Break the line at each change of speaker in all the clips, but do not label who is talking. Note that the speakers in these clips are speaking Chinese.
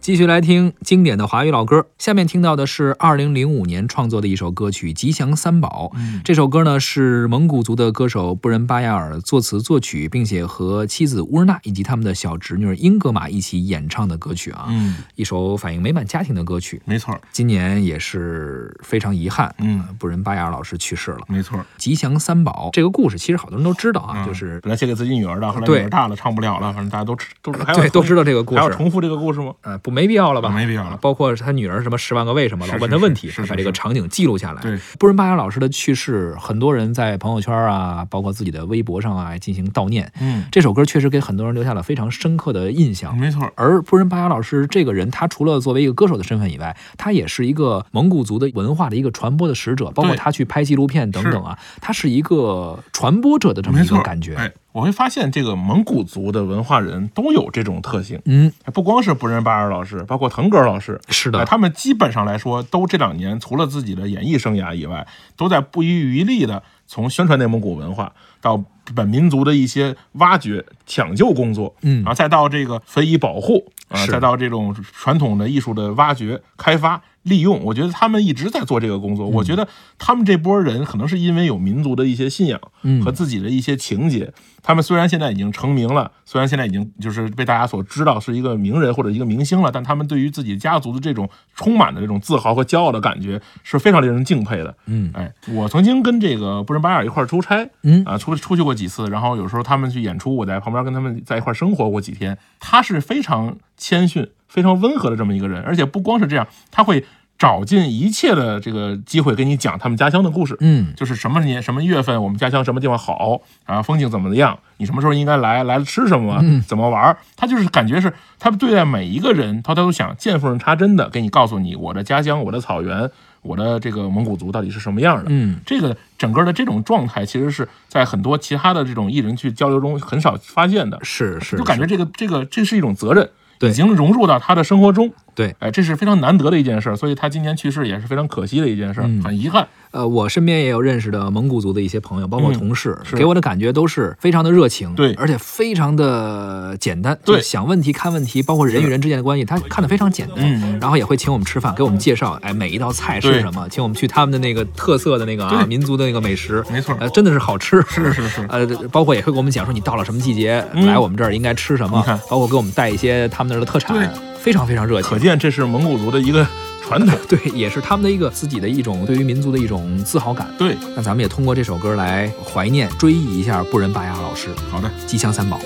继续来听经典的华语老歌，下面听到的是2005年创作的一首歌曲《吉祥三宝》。
嗯
这首歌呢是蒙古族的歌手布仁巴亚尔作词作曲，并且和妻子乌日娜以及他们的小侄女英格玛一起演唱的歌曲啊，
嗯，
一首反映美满家庭的歌曲。
没错儿，
今年也是非常遗憾，
嗯，
布仁巴亚尔老师去世了。
没错儿。
吉祥三宝这个故事，其实好多人都知道啊，
嗯
就是
本来写给自己女儿的，后来
对
女儿大了唱不了了，反正大家都知都知还有
对都
重
知道这个故
还要
事，
重复这个故事吗？
呃，不没必要了吧？
啊没必要了
包括他女儿什么十万个为什么，
是
老问
是
他问
是
题，
是
他
是
把这个
是
场景记录下来。
对，
布仁巴雅老师的去世，很多人在朋友圈啊，包括自己的微博上啊进行悼念。
嗯，
这首歌确实给很多人留下了非常深刻的印象。
没错儿，
而布仁巴雅老师这个人，他除了作为一个歌手的身份以外，他也是一个蒙古族的文化的一个传播的使者，包括
对
他去拍纪录片等等啊，他是一个传播者的这么
没
一
错
个
儿。
感觉。
哎，我会发现这个蒙古族的文化人都有这种特性，
嗯，
还不光是布仁巴尔老师，包括腾格尔老师，
是
哎
的，
他们基本上来说，都这两年除了自己的演艺生涯以外，都在不遗余力的从宣传内蒙古文化到本民族的一些挖掘、抢救工作，
嗯
然后再到这个非遗保护啊，
是
再到这种传统的艺术的挖掘、开发、利用，我觉得他们一直在做这个工
嗯
作。我觉得他们这波人可能是因为有民族的一些信仰
嗯
和自己的一些情结，他们虽然现在已经成名了，虽然现在已经就是被大家所知道是一个名人或者一个明星了，但他们对于自己家族的这种充满的这种自豪和骄傲的感觉是非常令人敬佩的。
嗯
哎，我曾经跟这个布仁巴尔一块儿出差，
嗯
啊，出出去过几次，然后有时候他们去演出，我在旁边跟他们在一块儿生活过几天。他是非常谦逊、非常温和的这么一个人，而且不光是这样，他会找尽一切的这个机会跟你讲他们家乡的故事。
嗯，
就是什么年什么月份，我们家乡什么地方好啊，风景怎么样，你什么时候应该来，来了吃什么，
嗯
怎么玩儿，他就是感觉是他对待每一个人，他都想见缝插针的给你告诉你我的家乡，我的草原，我的这个蒙古族到底是什么样的。
嗯，
这个整个的这种状态，其实是在很多其他的这种艺人去交流中很少发现的，
是是，
就感觉
是
这个这个这是一种责任。
对
已经融入到他的生活中，
对。
哎，这是非常难得的一件事儿，所以他今年去世也是非常可惜的一件事儿，很遗憾。
呃，我身边也有认识的蒙古族的一些朋友，包括
嗯
同事，
是
给我的感觉都是非常的热情，
对
而且非常的简单，
对
就是想问题、看问题，包括人与人之间的关系，他看得非常简单，
嗯
然后也会请我们吃饭，给我们介绍，哎，每一道菜是
对
什么，请我们去他们的那个特色的那个啊，
对
民族的那个美食，
没错
呃，真的是好吃，是
是是
呃，包括也会给我们讲说你到了什么季节、来我们这儿应该吃什么
你看，
包括给我们带一些他们那儿的特
对
产，非常非常热情
可。见这是蒙古族的一个传统。
对，也是他们的一个自己的一种对于民族的一种自豪感。
对，
那咱们也通过这首歌来怀念、追忆一下布仁巴雅老师
好的，
《吉祥三宝》。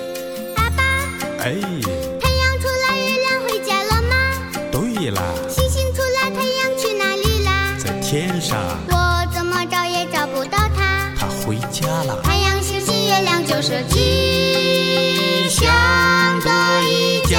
爸爸，
哎，
太阳出来，月亮回家了吗？
对啦，
星星出来，太阳去哪里啦？
在天上
我怎么找也找不到它。
他回家啦。
太阳是新月亮，就是吉祥的一家。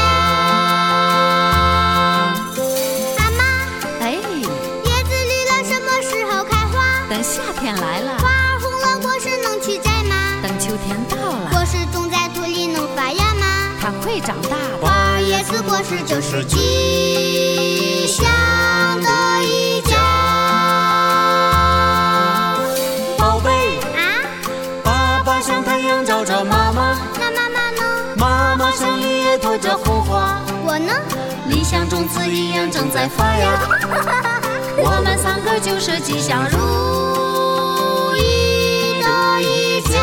妈妈，
哎，
叶子绿了，什么时候开花？
等夏天来了，
花红了，果实能去摘吗？
等秋天到了，
果实种在土里能发芽吗？
它会长大的。
花叶子果实就是吉祥的一家
宝贝，
啊！
爸爸像太阳照着妈妈，
那妈妈呢？
妈妈像绿叶拖着红花，
我呢？
理想种子一样正在发芽。
我们三个就是吉祥如
如意的一家。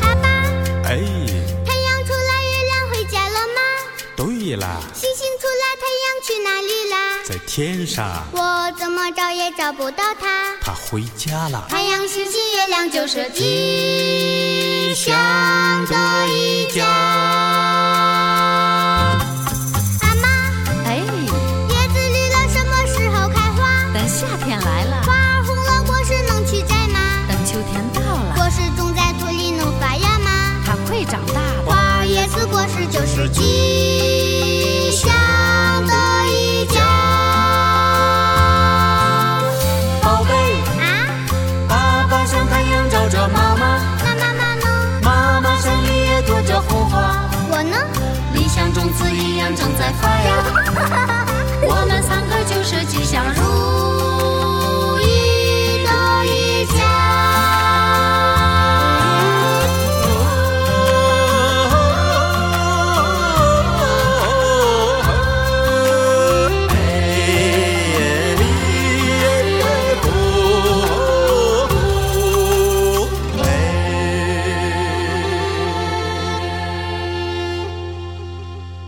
爸爸，太阳出来，月亮回家了吗？星星出来，太阳去哪里啦？
在天上，
我怎么找也找不到它。
他回家了。
太阳是新月亮，就是吉祥的一家。妈妈，
哎，
叶子绿了，什么时候开花？
等夏天来了，
花红了，果实能去摘吗？
等秋天到了，
果实种在土里能发芽吗？啊阳正在发芽，我们三个就是吉祥如。